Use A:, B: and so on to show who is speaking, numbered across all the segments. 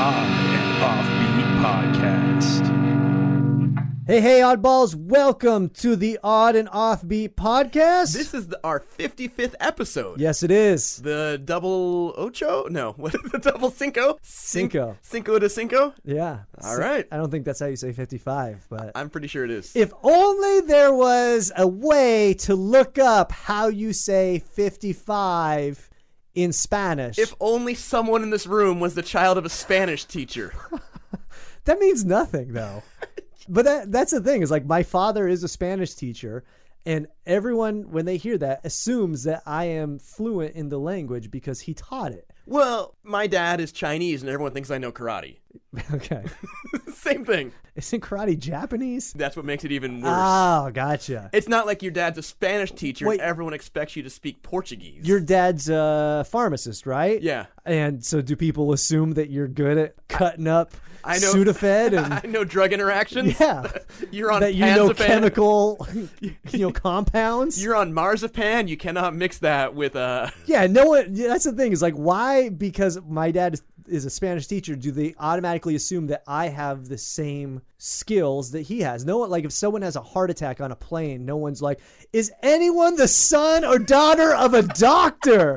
A: Odd and Offbeat Podcast.
B: Hey, hey, oddballs, welcome to the Odd and Offbeat podcast.
C: This is the, our 55th episode.
B: yes, it is.
C: The double ocho? No, what is the double cinco? Cin-
B: Cinco.
C: Cinco de cinco?
B: Yeah.
C: All
B: So-
C: right.
B: I don't think that's how you say 55, but
C: I'm pretty sure it is.
B: if only there was a way to look up how you say 55 in Spanish.
C: If only someone in this room was the child of a Spanish teacher.
B: that means nothing, though. but that, that's the thing is like my father is a Spanish teacher. And everyone, when they hear that, assumes that I am fluent in the language because he taught it.
C: Well, my dad is Chinese and everyone thinks I know karate.
B: Okay.
C: Same thing.
B: Isn't karate Japanese?
C: That's what makes it even worse.
B: Oh, gotcha.
C: it's not like your dad's a Spanish teacher
B: Wait.
C: and everyone expects you to speak Portuguese.
B: Your dad's a pharmacist, right?
C: Yeah.
B: And so do people assume that you're good at cutting up
C: I know-
B: Sudafed
C: I
B: and
C: know drug interactions.
B: yeah,
C: You're on
B: that you know
C: Panzapam.
B: chemical, you know compounds?
C: You're on marzipan. You cannot mix that with uh
B: yeah, no one. yeah, That's the thing is like why? Because my dad is, is a Spanish teacher. Do they automatically assume that I have the same skills that he has? No one like if someone has a heart attack on a plane, no one's like, is anyone the son or daughter of a doctor?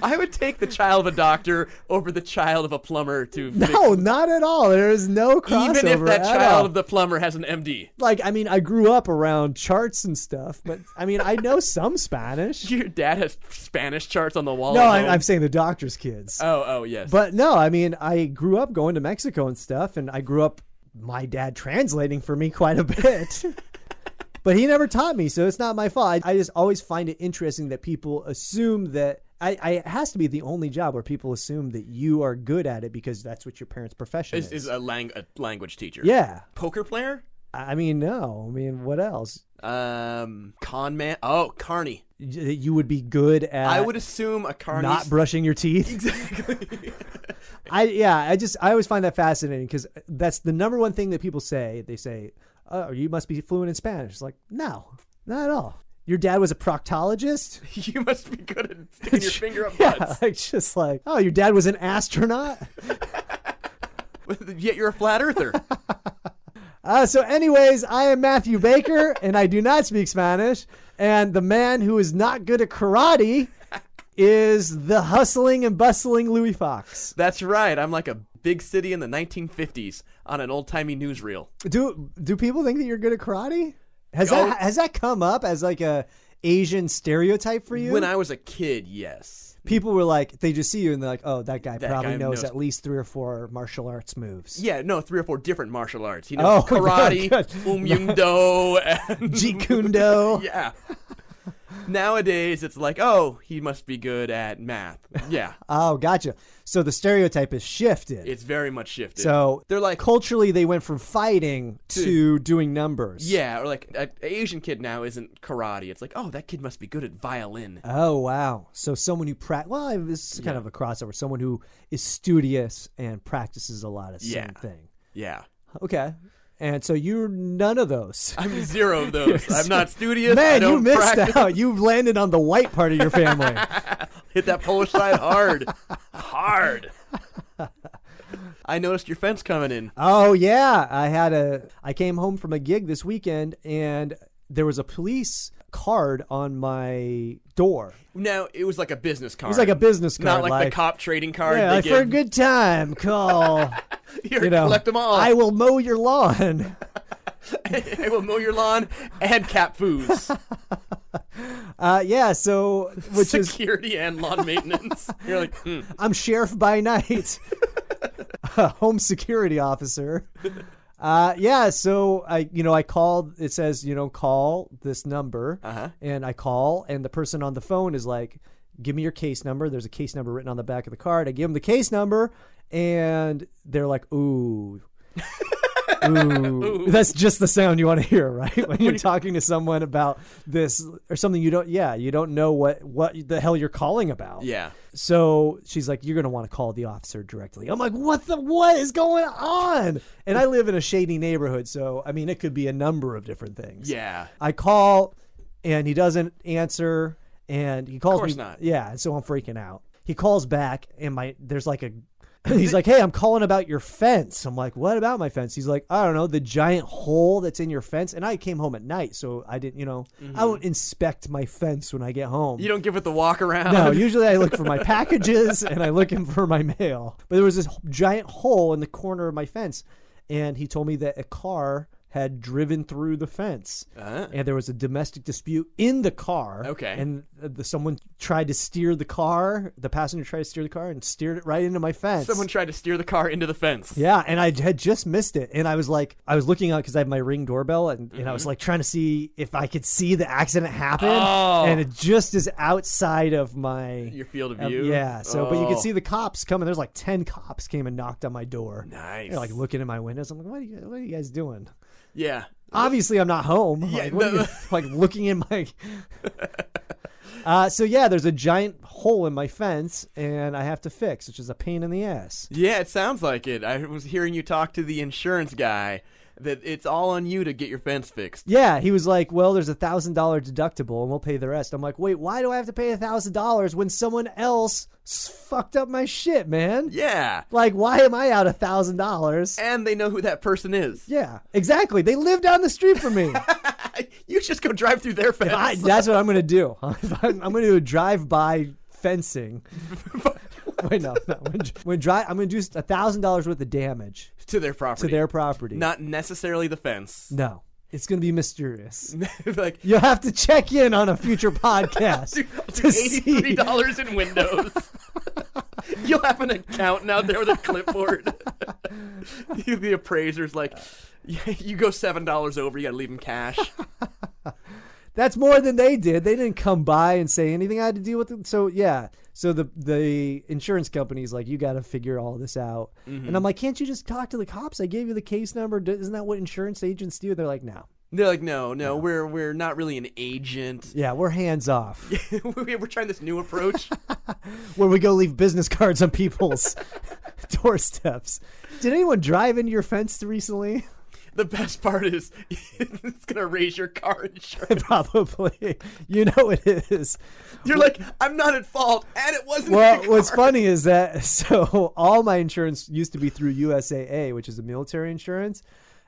C: I would take the child of a doctor over the child of a plumber to
B: No, not at all. There is no crossover.
C: even if that
B: at
C: child
B: all.
C: of the plumber has an MD.
B: like, I mean, I grew up around charts and stuff, but I mean, I know some Spanish.
C: Your dad has Spanish charts on the wall.
B: No,
C: at
B: I'm,
C: home.
B: I'm saying the doctor's kids.
C: Oh, oh, yes.
B: But no, I mean, I grew up going to Mexico and stuff, and I grew up my dad translating for me quite a bit. but he never taught me, so it's not my fault. I, I just always find it interesting that people assume that. I, I, it has to be the only job where people assume that you are good at it because that's what your parents' profession
C: is, is a, lang- a language teacher.
B: yeah.
C: Poker player?
B: I mean, no. I mean, what else?
C: Um, con man. Oh, carny.
B: Y- that You would be good at
C: I would assume a carny.
B: Uh, not brushing your teeth.
C: Exactly.
B: I yeah, I just I always find that fascinating because that's the number one thing that people say. They say, "Oh, you must be fluent in Spanish." It's like, no, not at all. Your dad was a proctologist.
C: you must be good at sticking your finger up
B: yeah,
C: butts.
B: like just like, oh, your dad was an astronaut.
C: Yet you're a flat earther.
B: Uh, so, anyways, I am Matthew Baker, and I do not speak Spanish. And the man who is not good at karate is the hustling and bustling Louis Fox.
C: That's right. I'm like a big city in the 1950s on an old timey newsreel.
B: Do do people think that you're good at karate? Has
C: Oh.
B: that has that come up as like a Asian stereotype for you?
C: When I was a kid, yes.
B: people were like, they just see you and they're like, oh, that guy
C: That
B: probably
C: guy
B: knows,
C: knows-
B: at least three or four martial arts moves.
C: Yeah, no, three or four different martial arts. He
B: Oh,
C: knows karate,
B: good.
C: um yung do, and
B: Jeet Kune Do.
C: yeah. Nowadays, it's like, oh, he must be good at math. Yeah,
B: Oh, gotcha. So the stereotype is shifted.
C: it's very much shifted.
B: so
C: they're like,
B: culturally, they went from fighting to doing numbers.
C: yeah, or like an Asian kid now isn't karate. It's like, oh, that kid must be good at violin.
B: Oh wow! So someone who prac well, it- this is kind of a crossover. Someone who is studious and practices a lot of
C: Yeah.
B: same thing.
C: Yeah,
B: Okay, and so you're none of those.
C: I'm zero of those. I'm not studious. I
B: Man,
C: don't
B: you missed
C: practice.
B: out. You landed on the white part of your family.
C: Hit that Polish side hard, hard. I noticed your fence coming in.
B: oh yeah, I had a. I came home from a gig this weekend, and there was a police card on my door.
C: No, it was like a business card.
B: It was like a business card,
C: Not like, the cop trading card.
B: Yeah,
C: they
B: like
C: give.
B: for a good time, call.
C: Here,
B: you know,
C: collect them all.
B: I
C: I,
B: will mow your lawn.
C: will mow your lawn and cap foods,
B: Uh, yeah, so which is
C: security and lawn maintenance. You're like, hmm.
B: I'm sheriff by night, a home security officer. Uh, yeah, so I, you know, I called. It says, you know, call this number,
C: Uh-huh.
B: and I call, and the person on the phone is like, "Give me your case number." There's a case number written on the back of the card. I give them the case number, and they're like, "Ooh, Ooh. That's just the sound you want to hear, right? When you're talking to someone about this or something you don't, yeah, you don't know what what the hell you're calling about.
C: Yeah.
B: So she's like, "You're gonna want to call the officer directly." I'm like, "What the what is going on?" And I live in a shady neighborhood, so I mean, it could be a number of different things.
C: Yeah.
B: I call, and he doesn't answer, and he calls
C: course
B: me.
C: not.
B: Yeah, so I'm freaking out. He calls back, and my there's like a. He's like, "Hey, I'm calling about your fence." I'm like, "What about my fence?" He's like, "I don't know, the giant hole that's in your fence." And I came home at night, so I didn't, you know, I
C: Mm-hmm.
B: don't inspect my fence when I get home.
C: You don't give it the walk around.
B: No, usually I look for my packages and I look in for my mail. But there was this giant hole in the corner of my fence, and he told me that a car had driven through the fence,
C: Ah.
B: and there was a domestic dispute in the car.
C: Okay.
B: and the, someone tried to steer the car. The passenger tried to steer the car and steered it right into my fence.
C: Someone tried to steer the car into the fence.
B: Yeah, and I had just missed it, and I was like, I was looking out because I have my ring doorbell, and, and I
C: Mm-hmm.
B: was like trying to see if I could see the accident happen,
C: Oh.
B: and it just is outside of my
C: Your field of
B: um,
C: view.
B: Yeah. So, but you
C: Oh.
B: could see the cops coming. There's like ten cops came and knocked on my door.
C: Oh, Nice.
B: They're like looking in my windows. I'm like, what are you, what are you guys doing?
C: Yeah.
B: Obviously, I'm not home.
C: Yeah,
B: like, what are
C: no.
B: you, like looking in my. uh, so yeah, there's a giant hole in my fence, and I have to fix, which is a pain in the ass.
C: Yeah, it sounds like it. I was hearing you talk to the insurance guy that it's all on you to get your fence fixed.
B: Yeah, he was like, "Well, there's a thousand dollar deductible, and we'll pay the rest." I'm like, "Wait, why do I have to pay a thousand dollars when someone else s- fucked up my shit, man?
C: Yeah.
B: Like, why am I out a thousand dollars?"
C: And they know who that person is.
B: Yeah, exactly. They live down the street from me.
C: you just go drive through their fence.
B: I, that's what I'm going to do. I'm, going to do a drive-by fencing. Wait, no, no. When, when dri I'm going to do a thousand dollars worth of damage
C: to their
B: to
C: property.
B: their property.
C: Not necessarily the fence.
B: no, it's going to be mysterious.
C: like
B: You'll have to check in on a future podcast to
C: eighty-three
B: see.
C: dollars in windows. You'll have an accountant out there with a clipboard. the appraiser's like, "Yeah, you go seven dollars over, you gotta leave him cash.
B: That's more than they did. They didn't come by and say anything. I had to deal with it. So yeah. So the the insurance company's like, you got to figure all this out. And I'm like, can't you just talk to the cops? I gave you the case number. D- Isn't that what insurance agents do? They're like, no.
C: They're like, no, no, we're we're not really an agent.
B: Yeah, we're hands off.
C: We- we're trying this new approach.
B: Where we go leave business cards on people's doorsteps. Did anyone drive into your fence recently?
C: the best part is it's gonna raise your car insurance.
B: Probably. You know it is.
C: You're like, I'm not at fault, and it wasn't.
B: Well,
C: your car.
B: what's funny is that so all my insurance used to be through USAA, which is the military insurance,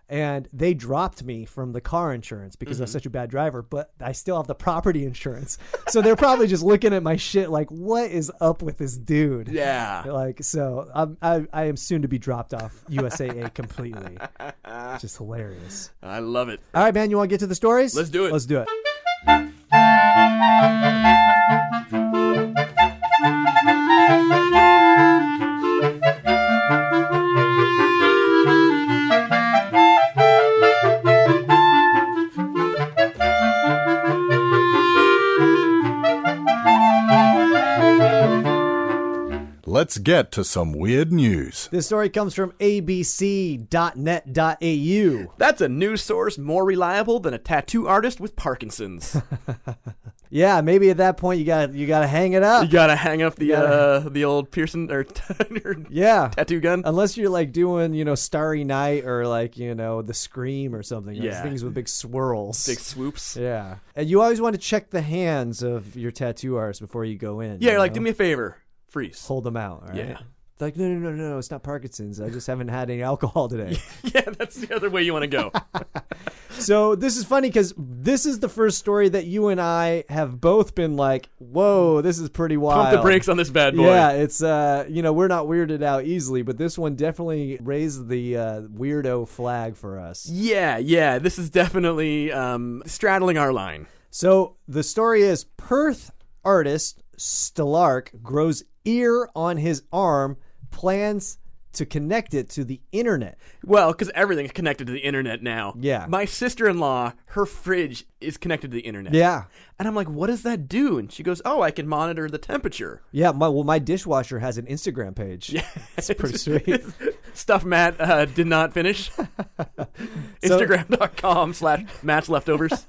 B: and they dropped me from the car insurance because
C: Mm-hmm.
B: I was such a bad driver. But I still have the property insurance, so they're probably just looking at my shit like, "What is up with this dude?"
C: Yeah.
B: Like so, I'm, I I am soon to be dropped off USAA completely. Just hilarious.
C: I love it.
B: All right, man. You want to get to the stories?
C: Let's do it.
B: Let's do it.
D: Let's get to some weird news.
B: This story comes from abc.net.au.
C: That's a news source more reliable than a tattoo artist with Parkinson's.
B: Yeah, maybe at that point you got you got to hang it
C: you
B: up.
C: gotta hang up the uh, the old Pearson or, or
B: Yeah.
C: tattoo gun.
B: Unless you're like doing, you know, Starry Night or like, you know, The Scream or something. Those
C: Yeah.
B: Things with big swirls.
C: Big swoops. Yeah,
B: Yeah. And you always want to check the hands of your tattoo artist before you go in. you
C: you're like,
B: know?
C: do me a favor, freeze.
B: Hold them out. all right?
C: Yeah.
B: Like, no, no, no, no, it's not Parkinson's. I just haven't had any alcohol today.
C: yeah, that's the other way you want to go.
B: So this is funny because this is the first story that you and I have both been like, whoa, this is pretty wild.
C: Pump the brakes on this bad boy.
B: Yeah, it's uh, you know, we're not weirded out easily, but this one definitely raised the uh, weirdo flag for us.
C: Yeah, yeah, this is definitely um, straddling our line.
B: So the story is Perth artist Stellark grows ear on his arm, plans to connect it to the internet.
C: Well, because everything's connected to the internet now.
B: Yeah.
C: My sister in law, her fridge is connected to the internet.
B: Yeah.
C: And I'm like, what does that do? And she goes, oh, I can monitor the temperature.
B: Yeah, my well, my dishwasher has an Instagram page. Yeah, that's pretty sweet.
C: Stuff Matt uh, did not finish.
B: So-
C: Instagram.com slash match leftovers.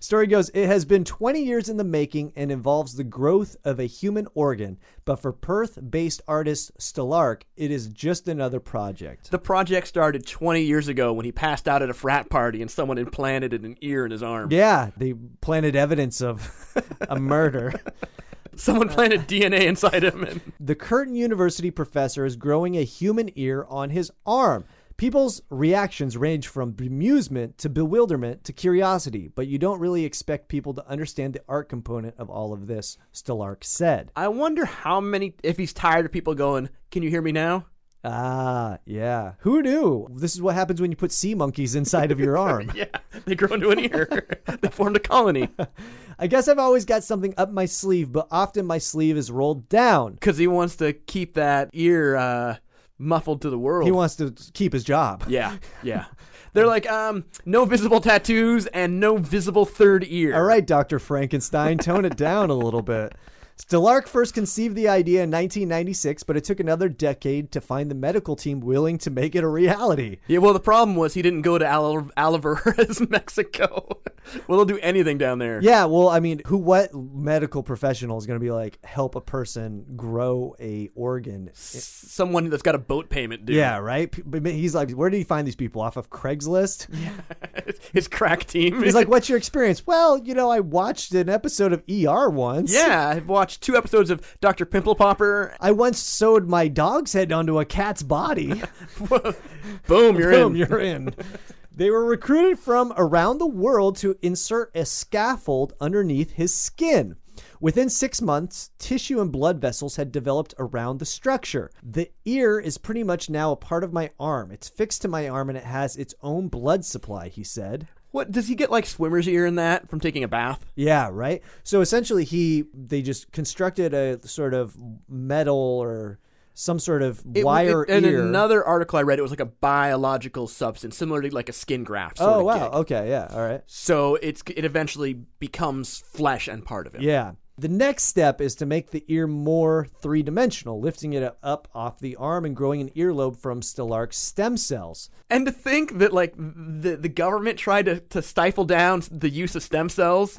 B: Story goes, it has been 20 years in the making and involves the growth of a human organ, but for Perth based artist Stellark, it is just another project.
C: The project started 20 years ago when he passed out at a frat party and someone implanted an ear in his arm.
B: Yeah, they planted evidence of a murder.
C: Someone planted DNA inside him. And
B: the Curtin University professor is growing a human ear on his arm. People's reactions range from bemusement to bewilderment to curiosity, but you don't really expect people to understand the art component of all of this, Stellark said.
C: I wonder how many, if he's tired of people going, can you hear me now?
B: Ah, yeah. Who knew? This is what happens when you put sea monkeys inside of your arm.
C: Yeah, they grow into an ear. they formed a colony
B: I guess I've always got something up my sleeve, but often my sleeve is rolled down.
C: because he wants to keep that ear uh, muffled to the world.
B: He wants to keep his job.
C: yeah, yeah. They're like, um, no visible tattoos and no visible third ear.
B: All right, Dr. Frankenstein, tone it down a little bit. Stellark first conceived the idea in 1996, but it took another decade to find the medical team willing to make it a reality.
C: Yeah, well, the problem was he didn't go to Al- Alvarez, Mexico. well, they'll do anything down there.
B: Yeah, well, I mean, who, what medical professional is going to be like help a person grow a organ?
C: Someone that's got a boat payment, dude.
B: Yeah, right. P- But he's like, where did he find these people off of Craigslist?
C: His crack team.
B: He's like, what's your experience? Well, you know, I watched an episode of ER once.
C: yeah, I've watched two episodes of Dr. Pimple Popper.
B: I once sewed my dog's head onto a cat's body.
C: Boom, you're
B: Boom,
C: in.
B: you're in. They were recruited from around the world to insert a scaffold underneath his skin. Within six months, tissue and blood vessels had developed around the structure. The ear is pretty much now a part of my arm. It's fixed to my arm and it has its own blood supply, he said.
C: What does he get like swimmer's ear in that from taking a bath?
B: Yeah, right. So essentially, he they just constructed a sort of metal or some sort of
C: It-
B: wire
C: it- in
B: ear.
C: another article I read, it was like a biological substance, similar to like a skin graft. Sort
B: oh
C: of
B: wow.
C: gig.
B: Okay. Yeah. All right.
C: So it's it eventually becomes flesh and part of him.
B: Yeah. The next step is to make the ear more three dimensional, lifting it up off the arm and growing an earlobe from stellarc stem cells.
C: And to think that like the the government tried to, to stifle down the use of stem cells.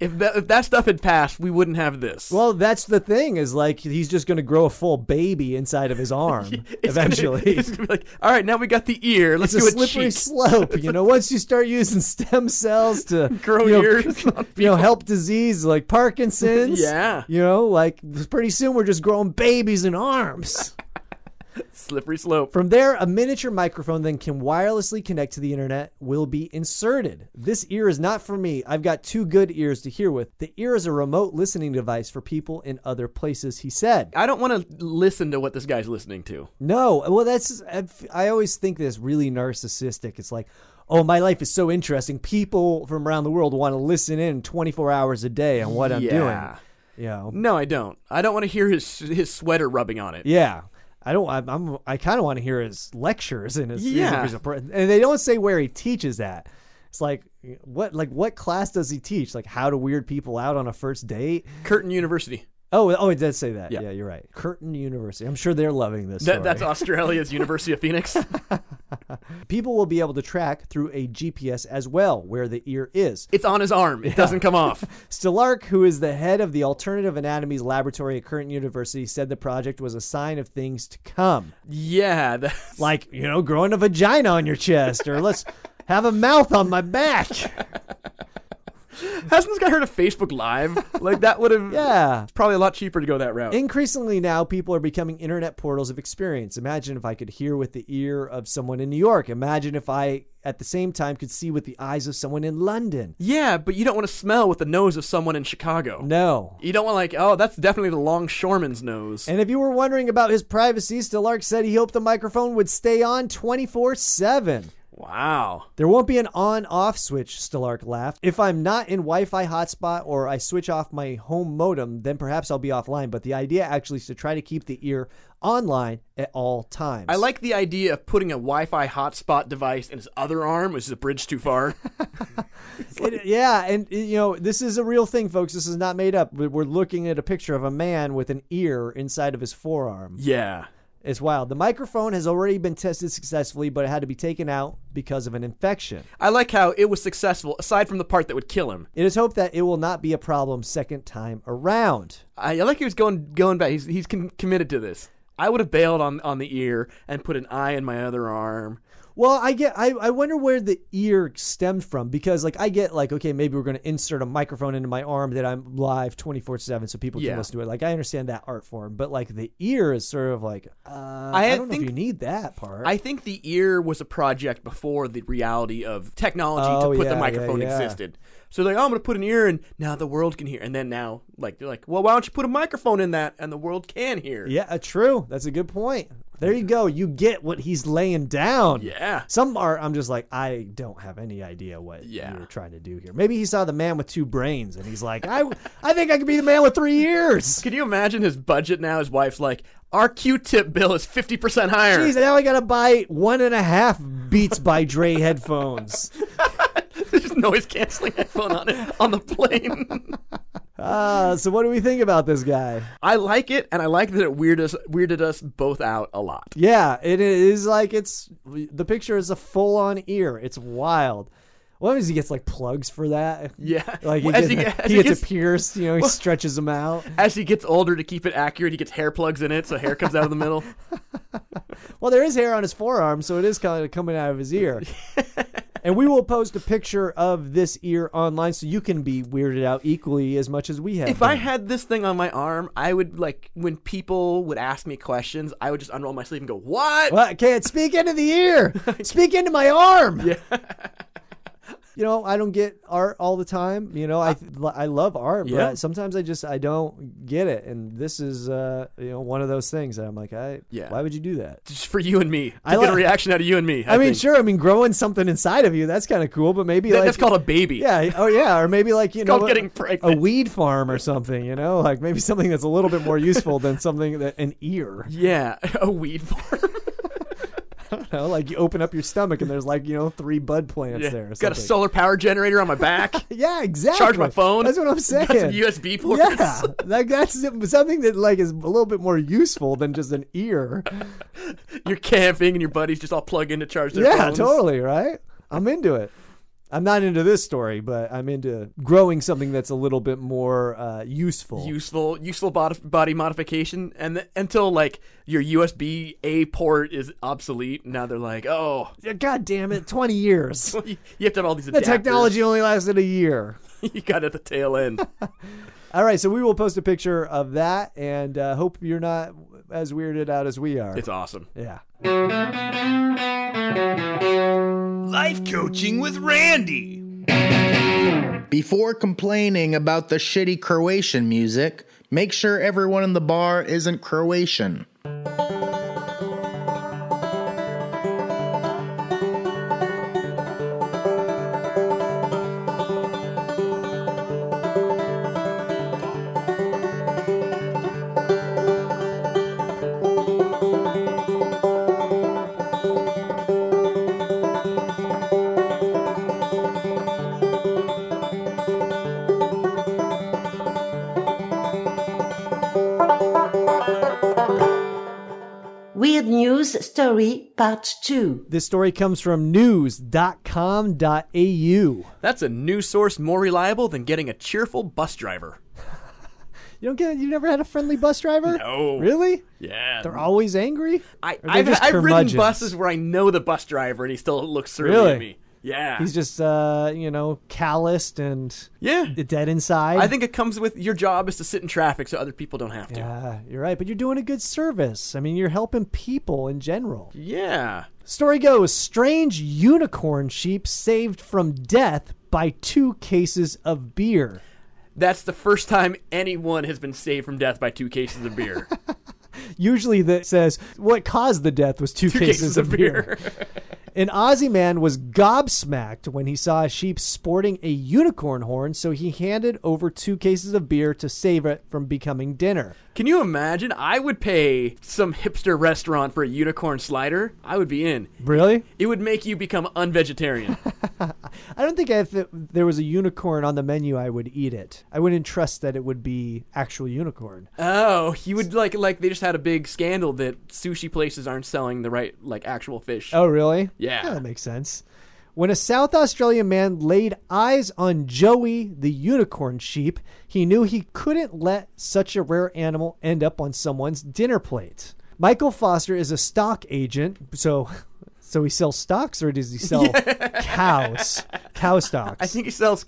C: if that if that stuff had passed, we wouldn't have this.
B: Well, that's the thing is like he's just going to grow a full baby inside of his arm
C: It's gonna-
B: eventually.
C: it's gonna be like, all right, now we got the ear. Let's
B: it's a
C: do a
B: slippery
C: cheek."
B: slope, you know. Once you start using stem cells to
C: Grow
B: you know,
C: ears on
B: you know, help disease like Parkinson's.
C: Yeah.
B: you know, like pretty soon we're just growing babies in arms.
C: Slippery slope.
B: From there, a miniature microphone then can wirelessly connect to the internet will be inserted. This ear is not for me. I've got two good ears to hear with. The ear is a remote listening device for people in other places, he said.
C: I don't want to listen to what this guy's listening to.
B: No, well, that's, I've- I always think this really narcissistic. It's like, oh, my life is so interesting. People from around the world want to listen in 24 hours a day on what I'm
C: Yeah.
B: doing. You know,
C: No, I don't. I don't want to hear his his sweater rubbing on it.
B: Yeah. I don't. I'm. I'm I kind of want to hear his lectures and his. his-
C: Yeah.
B: his- and they don't say where he teaches at. It's like what? Like what class does he teach? Like how to weird people out on a first date?
C: Curtin University.
B: Oh, oh, it does say that. Yeah,
C: Yeah.
B: you're right. Curtin University. I'm sure they're loving this.
C: That, that's
B: story.
C: Australia's University of Phoenix.
B: People will be able to track through a GPS as well where the ear is.
C: It's on his arm. It doesn't come off.
B: Stellark, who is the head of the Alternative Anatomies Laboratory at Curtin University, said the project was a sign of things to come.
C: Yeah. That's,
B: like you know growing a vagina on your chest or let's have a mouth on my back
C: hasn't this guy heard of Facebook Live? Like that would have.
B: yeah
C: It's probably a lot cheaper to go that route.
B: increasingly now people are becoming internet portals of experience imagine if i could hear with the ear of someone in new york imagine if i at the same time could see with the eyes of someone in london
C: yeah, but you don't want to smell with the nose of someone in Chicago.
B: no
C: You don't want like, oh, that's definitely the longshoreman's nose.
B: and if you were wondering about his privacy, Stellark said he hoped the microphone would stay on 24 7.
C: wow.
B: There won't be an on off switch, Stellark laughed. If I'm not in Wi Fi hotspot or I switch off my home modem, then perhaps I'll be offline. But the idea actually is to try to keep the ear online at all times.
C: I like the idea of putting a Wi-Fi hotspot device in his other arm, which is a bridge too far.
B: it. Yeah, and uh, you know, this is a real thing, folks. This is not made up. We- We're looking at a picture of a man with an ear inside of his forearm.
C: yeah.
B: It's wild. The microphone has already been tested successfully, but it had to be taken out because of an infection.
C: I like how it was successful, aside from the part that would kill him.
B: It is hoped that it will not be a problem second time around.
C: I, I like he was going going back. He's he's com- committed to this. I would have bailed on on the ear and put an eye in my other arm.
B: Well, I get. I, I wonder where the ear stemmed from because, like, I get like, okay, maybe we're going to insert a microphone into my arm that I'm live twenty four seven, so people
C: Yeah.
B: can listen to it. Like, I understand that art form, but like the ear is sort of like, uh, I,
C: I
B: don't know
C: think-
B: if you need that part.
C: I think the ear was a project before the reality of technology
B: Oh,
C: to put
B: yeah,
C: the
B: yeah,
C: microphone
B: yeah.
C: existed. So they're like, oh, I'm gonna put an ear in. Now the world can hear. And then now, like they're like, well, why don't you put a microphone in that and the world can hear?
B: yeah, uh, true. That's a good point. There you go. You get what he's laying down.
C: Yeah.
B: Some art, I'm just like, I don't have any idea what
C: Yeah.
B: you're trying to do here. Maybe he saw the man with two brains and he's like, I, I think I could be the man with three ears.
C: Can you imagine his budget now? His wife's like, our Q-tip bill is fifty percent higher.
B: Jeez, now I gotta buy one and a half Beats by Dre headphones.
C: There's noise canceling headphone on it on the plane.
B: Uh, so what do we think about this guy?
C: I like it, and I like that it weirded us, weirded us both out a lot.
B: Yeah, it is like it's the picture is a full on ear. It's wild. What happens? He gets like plugs for that.
C: Yeah.
B: like he
C: Well, as
B: gets,
C: he
B: he,
C: get- as he
B: gets,
C: gets-
B: a pierced. You know, he stretches them out.
C: As he gets older, to keep it accurate, he gets hair plugs in it, so hair comes out of the middle.
B: Well, there is hair on his forearm, so it is kind of coming out of his ear. and we will post a picture of this ear online, so you can be weirded out equally as much as we have.
C: If I
B: been.
C: had this thing on my arm, I would like when people would ask me questions, I would just unroll my sleeve and go, "What?"
B: Well, I can't speak into the ear. speak into my arm. you know, I don't get art all the time. You know, I I love art,
C: Uh, Yeah.
B: but sometimes I just I don't get it. And this is uh, you know, one of those things that I'm like, I
C: Yeah.
B: why would you do that?
C: Just for you and me, to
B: I
C: get
B: like-
C: a reaction out of you and me. I,
B: I, mean,
C: think.
B: sure, I mean growing something inside of you, that's kind of cool, but maybe
C: That-
B: like
C: that's called a baby.
B: yeah, oh yeah, or maybe like you know,
C: called
B: what-
C: getting
B: a
C: pregnant.
B: weed farm or something, you know, like maybe something that's a little bit more useful than something that an ear.
C: yeah, a weed farm.
B: You know, like you open up your stomach and there's like you know three bud plants
C: Yeah.
B: there. Or
C: Got a
B: something.
C: solar power generator on my back.
B: Yeah, exactly.
C: Charge my phone.
B: That's what I'm saying.
C: Got some USB ports.
B: Yeah, like that's something that like is a little bit more useful than just an ear.
C: You're camping and your buddies just all plug in to charge their
B: yeah,
C: phones.
B: totally. Right. I'm into it. I'm not into this story, but I'm into growing something that's a little bit more uh, useful.
C: Useful, useful bod- body modification, and th- until like your USB A port is obsolete, now they're like, oh,
B: Yeah, God damn it! Twenty years.
C: you you have to have all these.
B: The
C: adapters.
B: technology only lasted a year.
C: you got at the tail end.
B: All right, so we will post a picture of that, and uh, hope you're not as weirded out as we are.
C: It's awesome.
B: yeah.
A: Life coaching with Randy.
E: Before complaining about the shitty Croatian music, make sure everyone in the bar isn't Croatian.
F: Weird News Story Part 2.
B: This story comes from news.com.au.
C: That's a news source more reliable than getting a cheerful bus driver.
B: You don't get it? You never had a friendly bus driver?
C: No.
B: Really?
C: Yeah.
B: They're always angry?
C: I,
B: they
C: I've,
B: just
C: I've ridden
B: curmudgeons?
C: buses where I know the bus driver and he still looks surly
B: Really?
C: at me. Yeah.
B: He's just, uh, you know, calloused and
C: yeah.
B: dead inside.
C: I think it comes with your job is to sit in traffic so other people don't have to. Yeah.
B: Yeah, you're right, but you're doing a good service. I mean, you're helping people in general. Story goes Strange unicorn sheep saved from death by two cases of beer.
C: That's the first time anyone has been saved from death by two cases of beer.
B: Usually that says what caused the death was two,
C: two cases of beer.
B: An Aussie man was gobsmacked when he saw a sheep sporting a unicorn horn, so he handed over two cases of beer to save it from becoming dinner.
C: Can you imagine? I would pay some hipster restaurant for a unicorn slider. I would be in.
B: Really?
C: It would make you become unvegetarian.
B: I don't think if it, there was a unicorn on the menu, I would eat it. I wouldn't trust that it would be actual unicorn.
C: Oh, you would like like they just had a big scandal that sushi places aren't selling the right like actual fish.
B: Oh, really?
C: Yeah.
B: That makes sense. When a South Australian man laid eyes on Joey the unicorn sheep, he knew he couldn't let such a rare animal end up on someone's dinner plate. Michael Foster is a stock agent, so so he sells stocks or does he sell cows? Cow stocks.
C: I think he sells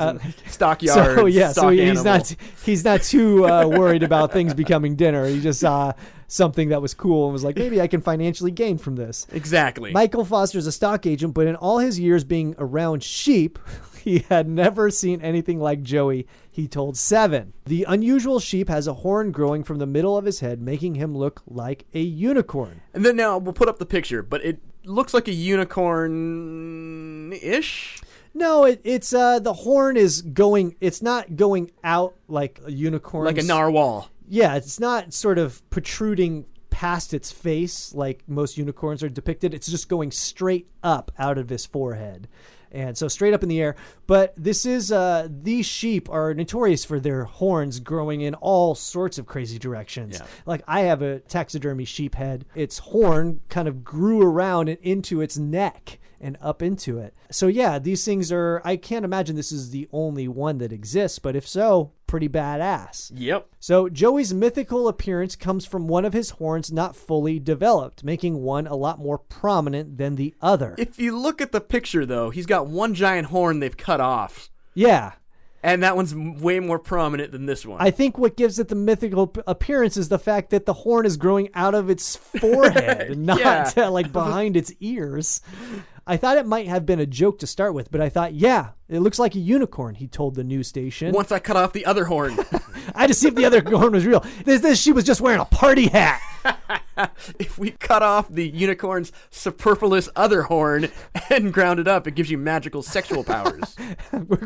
C: and stockyards.
B: Uh, So yeah, so
C: stock
B: he's
C: animal.
B: not he's not too uh, worried about things becoming dinner. He just saw something that was cool and was like, maybe I can financially gain from this.
C: exactly.
B: Michael Foster's a stock agent, but in all his years being around sheep, he had never seen anything like Joey, he told Seven. The unusual sheep has a horn growing from the middle of his head, making him look like a unicorn.
C: and then now we'll put up the picture, but it looks like a unicorn ish.
B: No, it, it's uh, the horn is going. It's not going out like a unicorn,
C: Like a narwhal.
B: Yeah, it's not sort of protruding past its face like most unicorns are depicted. It's just going straight up out of his forehead. And so straight up in the air. But this is, uh, these sheep are notorious for their horns growing in all sorts of crazy directions. Like I have a taxidermy sheep head. Its horn kind of grew around and into its neck and up into it. So yeah, these things are, I can't imagine this is the only one that exists, but if so, pretty badass.
C: Yep.
B: So, Joey's mythical appearance comes from one of his horns not fully developed, making one a lot more prominent than the other.
C: If you look at the picture though, he's got one giant horn they've cut off,
B: yeah.
C: and that one's m- way more prominent than this one.
B: I think what gives it the mythical p- appearance is the fact that the horn is growing out of its forehead, not
C: Yeah.
B: uh, like behind its ears. I thought it might have been a joke to start with, but I thought, yeah, it looks like a unicorn, he told the news station.
C: Once I cut off the other horn,
B: I had to see if the other horn was real. This, this, she was just wearing a party hat.
C: if we cut off the unicorn's superfluous other horn and ground it up, it gives you magical sexual powers.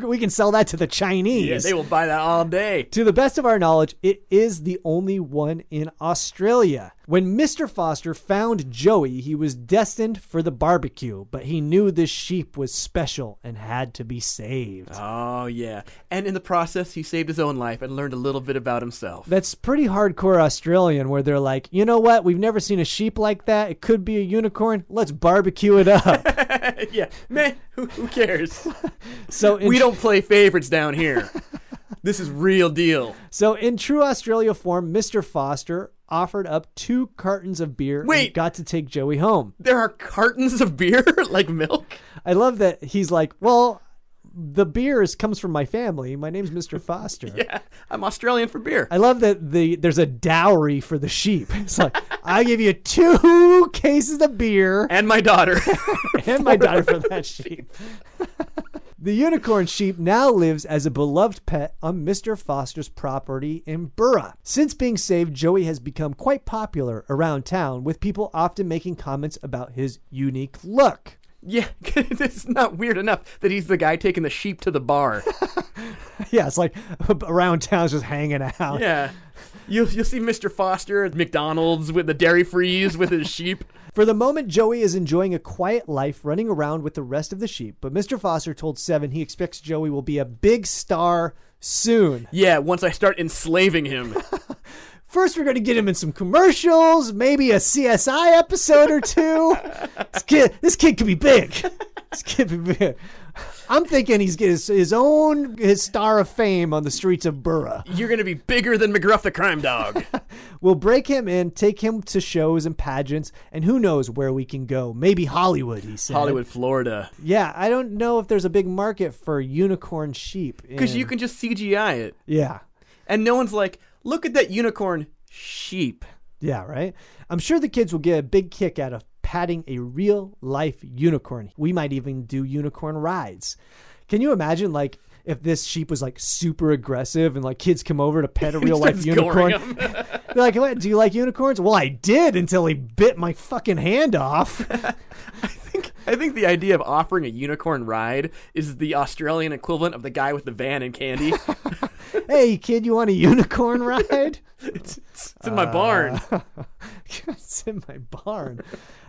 B: we can sell that to the Chinese.
C: yeah, they will buy that all day.
B: To the best of our knowledge, it is the only one in Australia. When Mr. Foster found Joey, he was destined for the barbecue, but he knew this sheep was special and had to be saved.
C: Oh yeah, and in the process, he saved his own life and learned a little bit about himself.
B: That's pretty hardcore Australian, where they're like, you know what? We've never seen a sheep like that. It could be a unicorn. Let's barbecue it up.
C: yeah, man, who, who cares?
B: so in
C: we don't play favorites down here. This is real deal.
B: So in true Australia form, Mr. Foster offered up two cartons of beer and
C: Wait.
B: got to take Joey home.
C: There are cartons of beer like milk.
B: I love that he's like, well, the beers comes from my family. My name's Mr. Foster.
C: Yeah, I'm Australian for beer.
B: I love that the there's a dowry for the sheep. It's like I give you two cases of beer
C: and my daughter.
B: and my daughter for that sheep. the unicorn sheep now lives as a beloved pet on Mr. Foster's property in Burra. Since being saved, Joey has become quite popular around town, with people often making comments about his unique look.
C: yeah, it's not weird enough that he's the guy taking the sheep to the bar.
B: Yeah, it's like around town's just hanging out.
C: Yeah. You'll, you'll see Mr. Foster at McDonald's with the dairy freeze with his sheep.
B: For the moment, Joey is enjoying a quiet life running around with the rest of the sheep, but Mr. Foster told Seven he expects Joey will be a big star soon.
C: Yeah, once I start enslaving him.
B: First, we're going to get him in some commercials, maybe a CSI episode or two. this, kid, this kid could be big. This kid could be big. I'm thinking he's getting his, his own his star of fame on the streets of Burra.
C: You're going to be bigger than McGruff the crime dog.
B: We'll break him in, take him to shows and pageants, and who knows where we can go. Maybe Hollywood, he said.
C: Hollywood, Florida.
B: Yeah, I don't know if there's a big market for unicorn sheep.
C: Because
B: in-
C: you can just CGI it.
B: Yeah.
C: And no one's like, look at that unicorn sheep.
B: Yeah, right? I'm sure the kids will get a big kick out of patting a real life unicorn. We might even do unicorn rides. Can you imagine, like, if this sheep was like super aggressive and like kids come over to pet a real life
C: starts
B: unicorn?
C: goring
B: They're like, what? Do you like unicorns? Well, I did until he bit my fucking hand off.
C: I think the idea of offering a unicorn ride is the Australian equivalent of the guy with the van and candy.
B: hey, kid, you want a unicorn ride?
C: It's, it's, it's in my barn.
B: it's in my barn.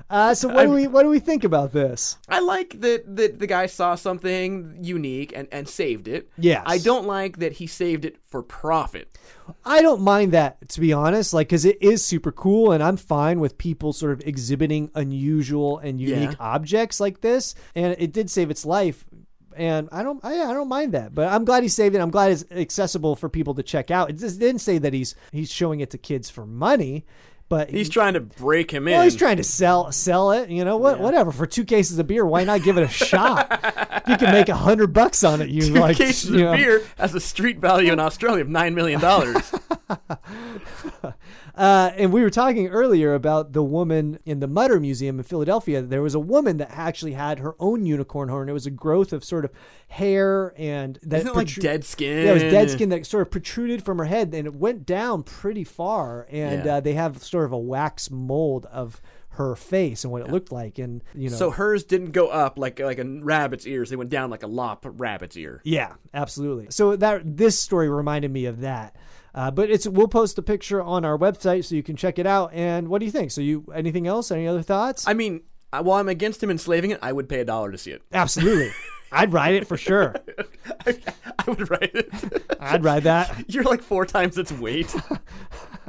B: Uh, so what do we what do we think about this?
C: I like that, that the guy saw something unique and, and saved it.
B: Yes.
C: I don't like that he saved it for profit.
B: I don't mind that to be honest, like because it is super cool, and I'm fine with people sort of exhibiting unusual and unique
C: Yeah.
B: objects like this. And it did save its life, and I don't, I, I don't mind that. But I'm glad he saved it. I'm glad it's accessible for people to check out. It just didn't say that he's he's showing it to kids for money, but
C: He's trying to break him in.
B: Well, he's trying to sell sell it. You know what? Whatever. For two cases of beer, why not give it a shot? you can make a hundred bucks on it. You
C: Two
B: like
C: cases
B: you
C: of
B: know.
C: beer has a street value in Australia of $9 million.
B: Uh, and we were talking earlier about the woman in the Mutter Museum in Philadelphia. There was a woman that actually had her own unicorn horn. It was a growth of sort of hair and that
C: Isn't it like
B: protru-
C: dead skin?
B: Yeah, it was dead skin that sort of protruded from her head, and it went down pretty far. And
C: Yeah.
B: uh, they have sort of a wax mold of her face and what it looked like, and you know.
C: So hers didn't go up like like a rabbit's ears. They went down like a lop rabbit's ear.
B: Yeah, absolutely. So that this story reminded me of that. Uh, but it's we'll post the picture on our website so you can check it out. And what do you think? So you anything else? Any other thoughts?
C: I mean, I- while I'm against him enslaving it, I would pay a dollar to see it.
B: absolutely. I'd ride it for sure.
C: I, I would write it.
B: I'd ride that.
C: You're like four times its weight.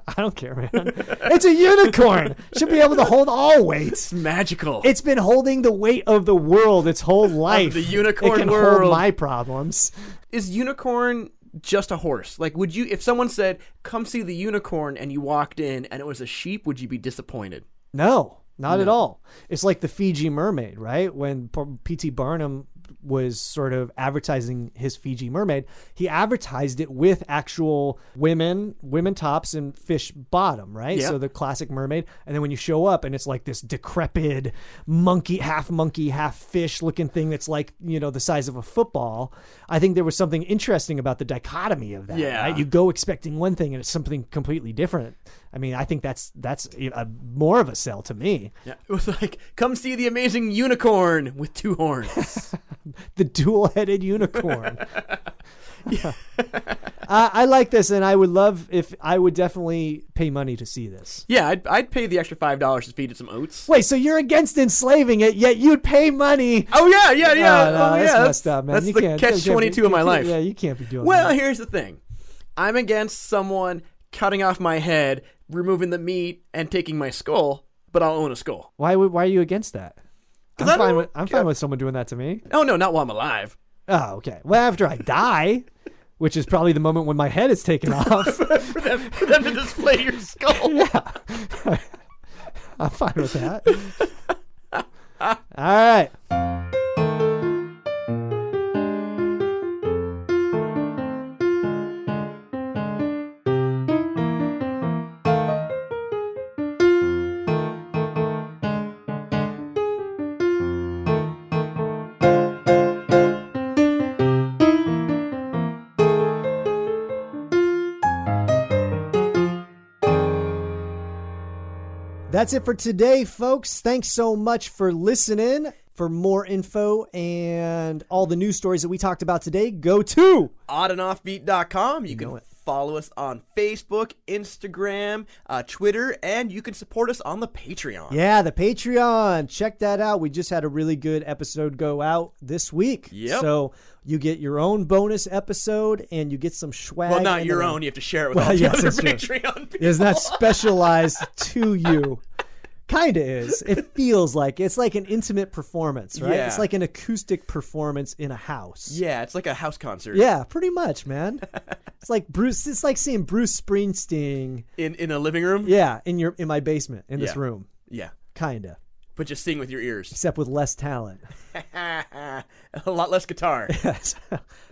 B: I don't care, man. It's a unicorn. Should be able to hold all weights.
C: Magical.
B: It's been holding the weight of the world its whole life.
C: the unicorn
B: it can
C: world.
B: Hold my problems.
C: is unicorn just a horse? Like, would you, if someone said, "Come see the unicorn," and you walked in and it was a sheep, would you be disappointed?
B: No, not at all. It's like the Fiji mermaid, right? When P- P.T. Barnum was sort of advertising his Fiji mermaid, he advertised it with actual women, women tops and fish bottom, right?
C: Yeah.
B: So the classic mermaid. And then when you show up and it's like this decrepit monkey, half monkey, half fish looking thing that's like, you know, the size of a football. I think there was something interesting about the dichotomy of that.
C: Yeah.
B: right? You go expecting one thing and it's something completely different. I mean, I think that's that's a, a- more of a sell to me.
C: Yeah. It was like, "Come see the amazing unicorn with two horns."
B: The dual-headed unicorn. I, I like this, and I would love if I would definitely pay money to see this.
C: yeah, I'd, I'd pay the extra five dollars to feed it some oats.
B: Wait, so you're against enslaving it, yet you'd pay money?
C: Oh yeah, yeah, yeah.
B: Oh, no,
C: oh yeah,
B: that's messed up, man.
C: That's
B: You
C: the
B: can't- you
C: catch
B: can't be-
C: twenty two of my
B: you can't-
C: life.
B: Yeah, you can't be doing.
C: Well,
B: that.
C: here's the thing. I'm against someone cutting off my head, removing the meat, and taking my skull, but I'll own a skull.
B: why would why are you against that? I'm
C: 'Cause I
B: fine.
C: don't-
B: With, I'm fine with someone doing that to me.
C: Oh no, not while I'm alive.
B: Oh, okay. Well, after I die, which is probably the moment when my head is taken off.
C: For them, for them to display your skull.
B: yeah. I'm fine with that. All right. That's it for today, folks. Thanks so much for listening. For more info and all the news stories that we talked about today, go to
C: oddandoffbeat.com. You can follow us on Facebook, Instagram, uh, Twitter, and you can support us on the Patreon.
B: Yeah, the Patreon. Check that out. We just had a really good episode go out this week.
C: Yep.
B: So you get your own bonus episode and you get some swag.
C: Well, not
B: and
C: your
B: a-
C: own. You have to share it with
B: Well,
C: all the
B: yes,
C: other
B: that's true.
C: Patreon people.
B: It's not specialized to you. Kinda is. It feels like it's like an intimate performance, right?
C: Yeah.
B: It's like an acoustic performance in a house.
C: Yeah, it's like a house concert
B: Yeah, pretty much, man. it's like Bruce. It's like seeing Bruce Springsteen.
C: in, in a living room.
B: Yeah, in your in my basement in this
C: Yeah.
B: room,
C: Yeah.
B: kinda,
C: But just sing with your ears.
B: except with less talent.
C: a lot less guitar.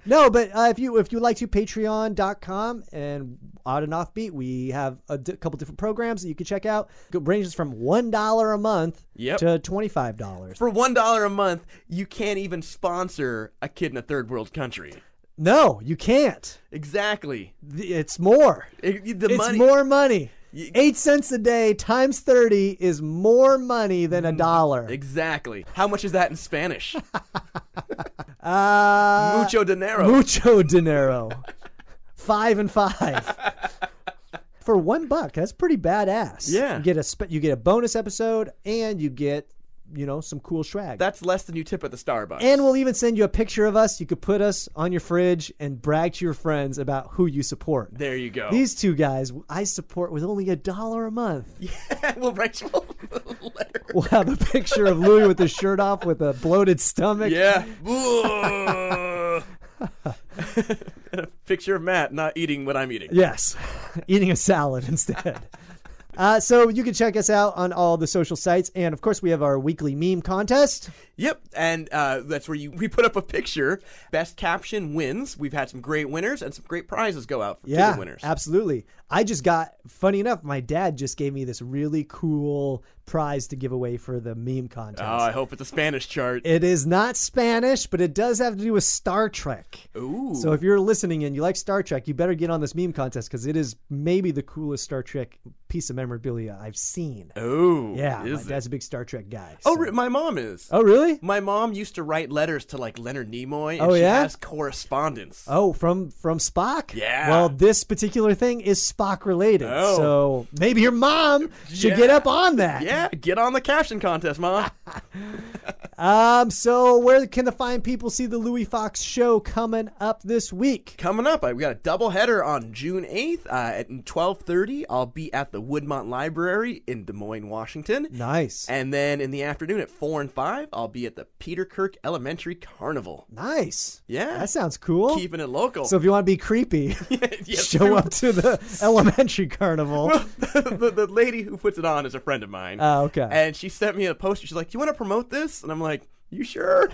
B: no, but uh, if you if you would like to Patreon.com and Odd and Offbeat, we have a d- couple different programs that you can check out. It ranges from one dollar a month
C: Yep.
B: to twenty five dollars.
C: For $1 a month, you can't even sponsor a kid in a third world country.
B: No, you can't.
C: Exactly.
B: Th- It's more.
C: It- the
B: it's
C: money,
B: more money. Eight cents a day times thirty is more money than a
C: Mm,
B: dollar.
C: Exactly. How much is that in Spanish?
B: Uh,
C: Mucho dinero.
B: mucho dinero. Five and five. For one buck, that's pretty badass.
C: Yeah.
B: you get a spe- you get a bonus episode, and you get you know some cool swag.
C: That's less than you tip at the Starbucks.
B: and we'll even send you a picture of us. You could put us on your fridge and brag to your friends about who you support.
C: there you go.
B: These two guys, I support with only a dollar a month.
C: we'll write you a letter.
B: We'll have a picture of Louis with his shirt off with a bloated stomach.
C: Yeah. and a picture of Matt not eating what I'm eating.
B: Yes, eating a salad instead. Uh, so you can check us out on all the social sites, and of course we have our weekly meme contest.
C: Yep, and uh, that's where you we put up a picture. Best caption wins. We've had some great winners and some great prizes go out for to
B: Yeah,
C: the winners.
B: absolutely. I just got funny enough. My dad just gave me this really cool prize to give away for the meme contest.
C: Oh, I hope it's a Spanish chart.
B: It is not Spanish, but it does have to do with Star Trek. Ooh. So if you're listening and you like Star Trek, you better get on this meme contest because it is maybe the coolest Star Trek piece of memorabilia I've seen.
C: oh,
B: yeah, my
C: Is it?
B: dad's a big Star Trek guy.
C: Oh,
B: so-
C: re- my mom is.
B: oh, really?
C: My mom used to write letters to like Leonard Nimoy, and
B: Oh,
C: she
B: yeah?
C: has correspondence.
B: Oh, from from Spock.
C: Yeah.
B: Well, this particular thing is Spock related,
C: Oh.
B: so maybe your mom should
C: Yeah.
B: get up on that.
C: Yeah, get on the caption contest, mom.
B: Um. So where can the fine people see the Louis Fox show coming up this week?
C: Coming up, I we got a double header on June eighth uh, at twelve thirty. I'll be at the Woodmont Library in Des Moines, Washington.
B: Nice.
C: And then in the afternoon at four and five, I'll be at the Peter Kirk Elementary Carnival.
B: nice.
C: Yeah.
B: That sounds cool.
C: Keeping it local.
B: So if you want to be creepy,
C: Yes,
B: show
C: we-
B: up to the elementary carnival.
C: the, the lady who puts it on is a friend of mine.
B: Oh, okay.
C: And she sent me a poster. She's like, "You want to promote this?" And I'm like, "You sure?"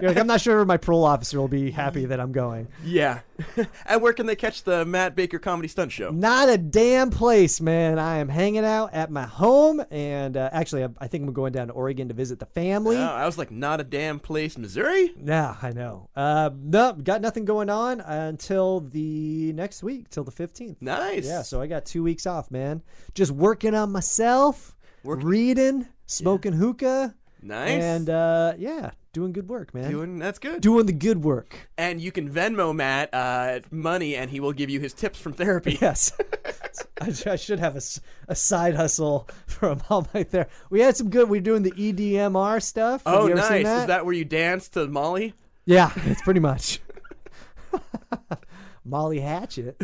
B: You're like, I'm not sure my parole officer will be happy that I'm going.
C: yeah. and where can they catch the Matt Baker comedy stunt show?
B: Not a damn place, man. I am hanging out at my home, and uh, actually, I, I think I'm going down to Oregon to visit the family.
C: Oh, I was like, "Not a damn place, Missouri."
B: Yeah, I know. Uh, no, got nothing going on until the next week, till the 15th.
C: Nice.
B: Yeah, so I got two weeks off, man. Just working on myself, reading, smoking hookah,
C: nice.
B: and uh, yeah, doing good work, man.
C: doing that's good.
B: doing the good work.
C: and you can Venmo Matt uh, money, and he will give you his tips from therapy.
B: Yes. I, sh- I should have a, s- a side hustle from all my there. We had some good. We are doing the E EDMR stuff. Have
C: Oh,
B: you ever
C: nice.
B: Seen
C: Is
B: that?
C: that where you dance to Molly?
B: Yeah, it's pretty much. Molly Hatchet.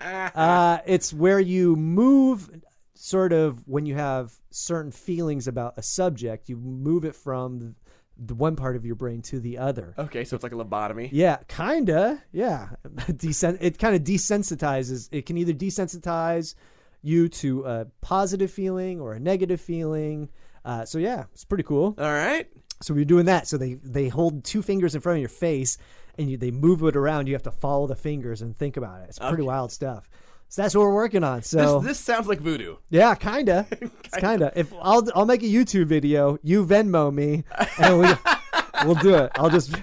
B: Uh, it's where you move, sort of, when you have certain feelings about a subject, you move it from the one part of your brain to the other.
C: Okay, so it's like a lobotomy.
B: Yeah, kinda. Yeah, Desen- it kind of desensitizes. It can either desensitize you to a positive feeling or a negative feeling. Uh, so yeah, it's pretty cool.
C: All right.
B: So we're doing that. So they they hold two fingers in front of your face and you, they move it around. You have to follow the fingers and think about it. It's pretty wild stuff. So that's what we're working on. So
C: This, this sounds like voodoo.
B: yeah, kinda. It's kinda. If I'll I'll make a YouTube video, you Venmo me, and we we'll do it. I'll just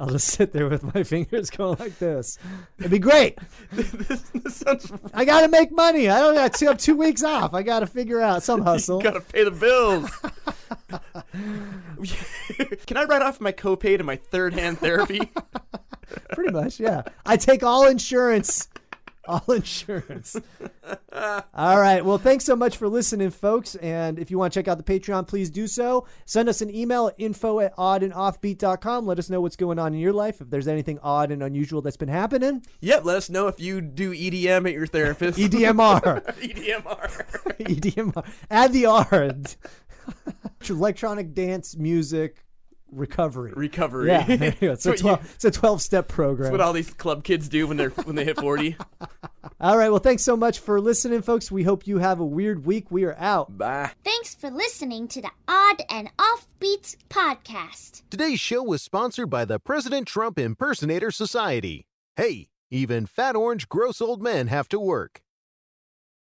B: I'll just sit there with my fingers going like this. It'd be great.
C: this, this sounds.
B: I gotta make money. I don't got two, I'm two weeks off. I gotta figure out some hustle.
C: Gotta pay the bills. Can I write off my copay to my third hand therapy?
B: Pretty much, yeah. I take all insurance. All insurance. All right. Well, thanks so much for listening, folks. And if you want to check out the Patreon, please do so. Send us an email at info at oddandoffbeat.com. Let us know what's going on in your life, if there's anything odd and unusual that's been happening.
C: yep, let us know if you do EDM at your therapist.
B: E
C: E
B: EDMR.
C: EDMR.
B: E EDMR. Add the R. Electronic dance music recovery.
C: Recovery.
B: Yeah. there you go. It's, a
C: That's what you-
B: 12, it's a 12 step program.
C: What all these club kids do when they're when they hit 40.
B: All right. Well, thanks so much for listening, folks. We hope you have a weird week. We are out.
C: Bye.
G: Thanks for listening to the Odd and Offbeat podcast.
H: Today's show was sponsored by the President Trump Impersonator Society. Hey, even fat orange gross old men have to work.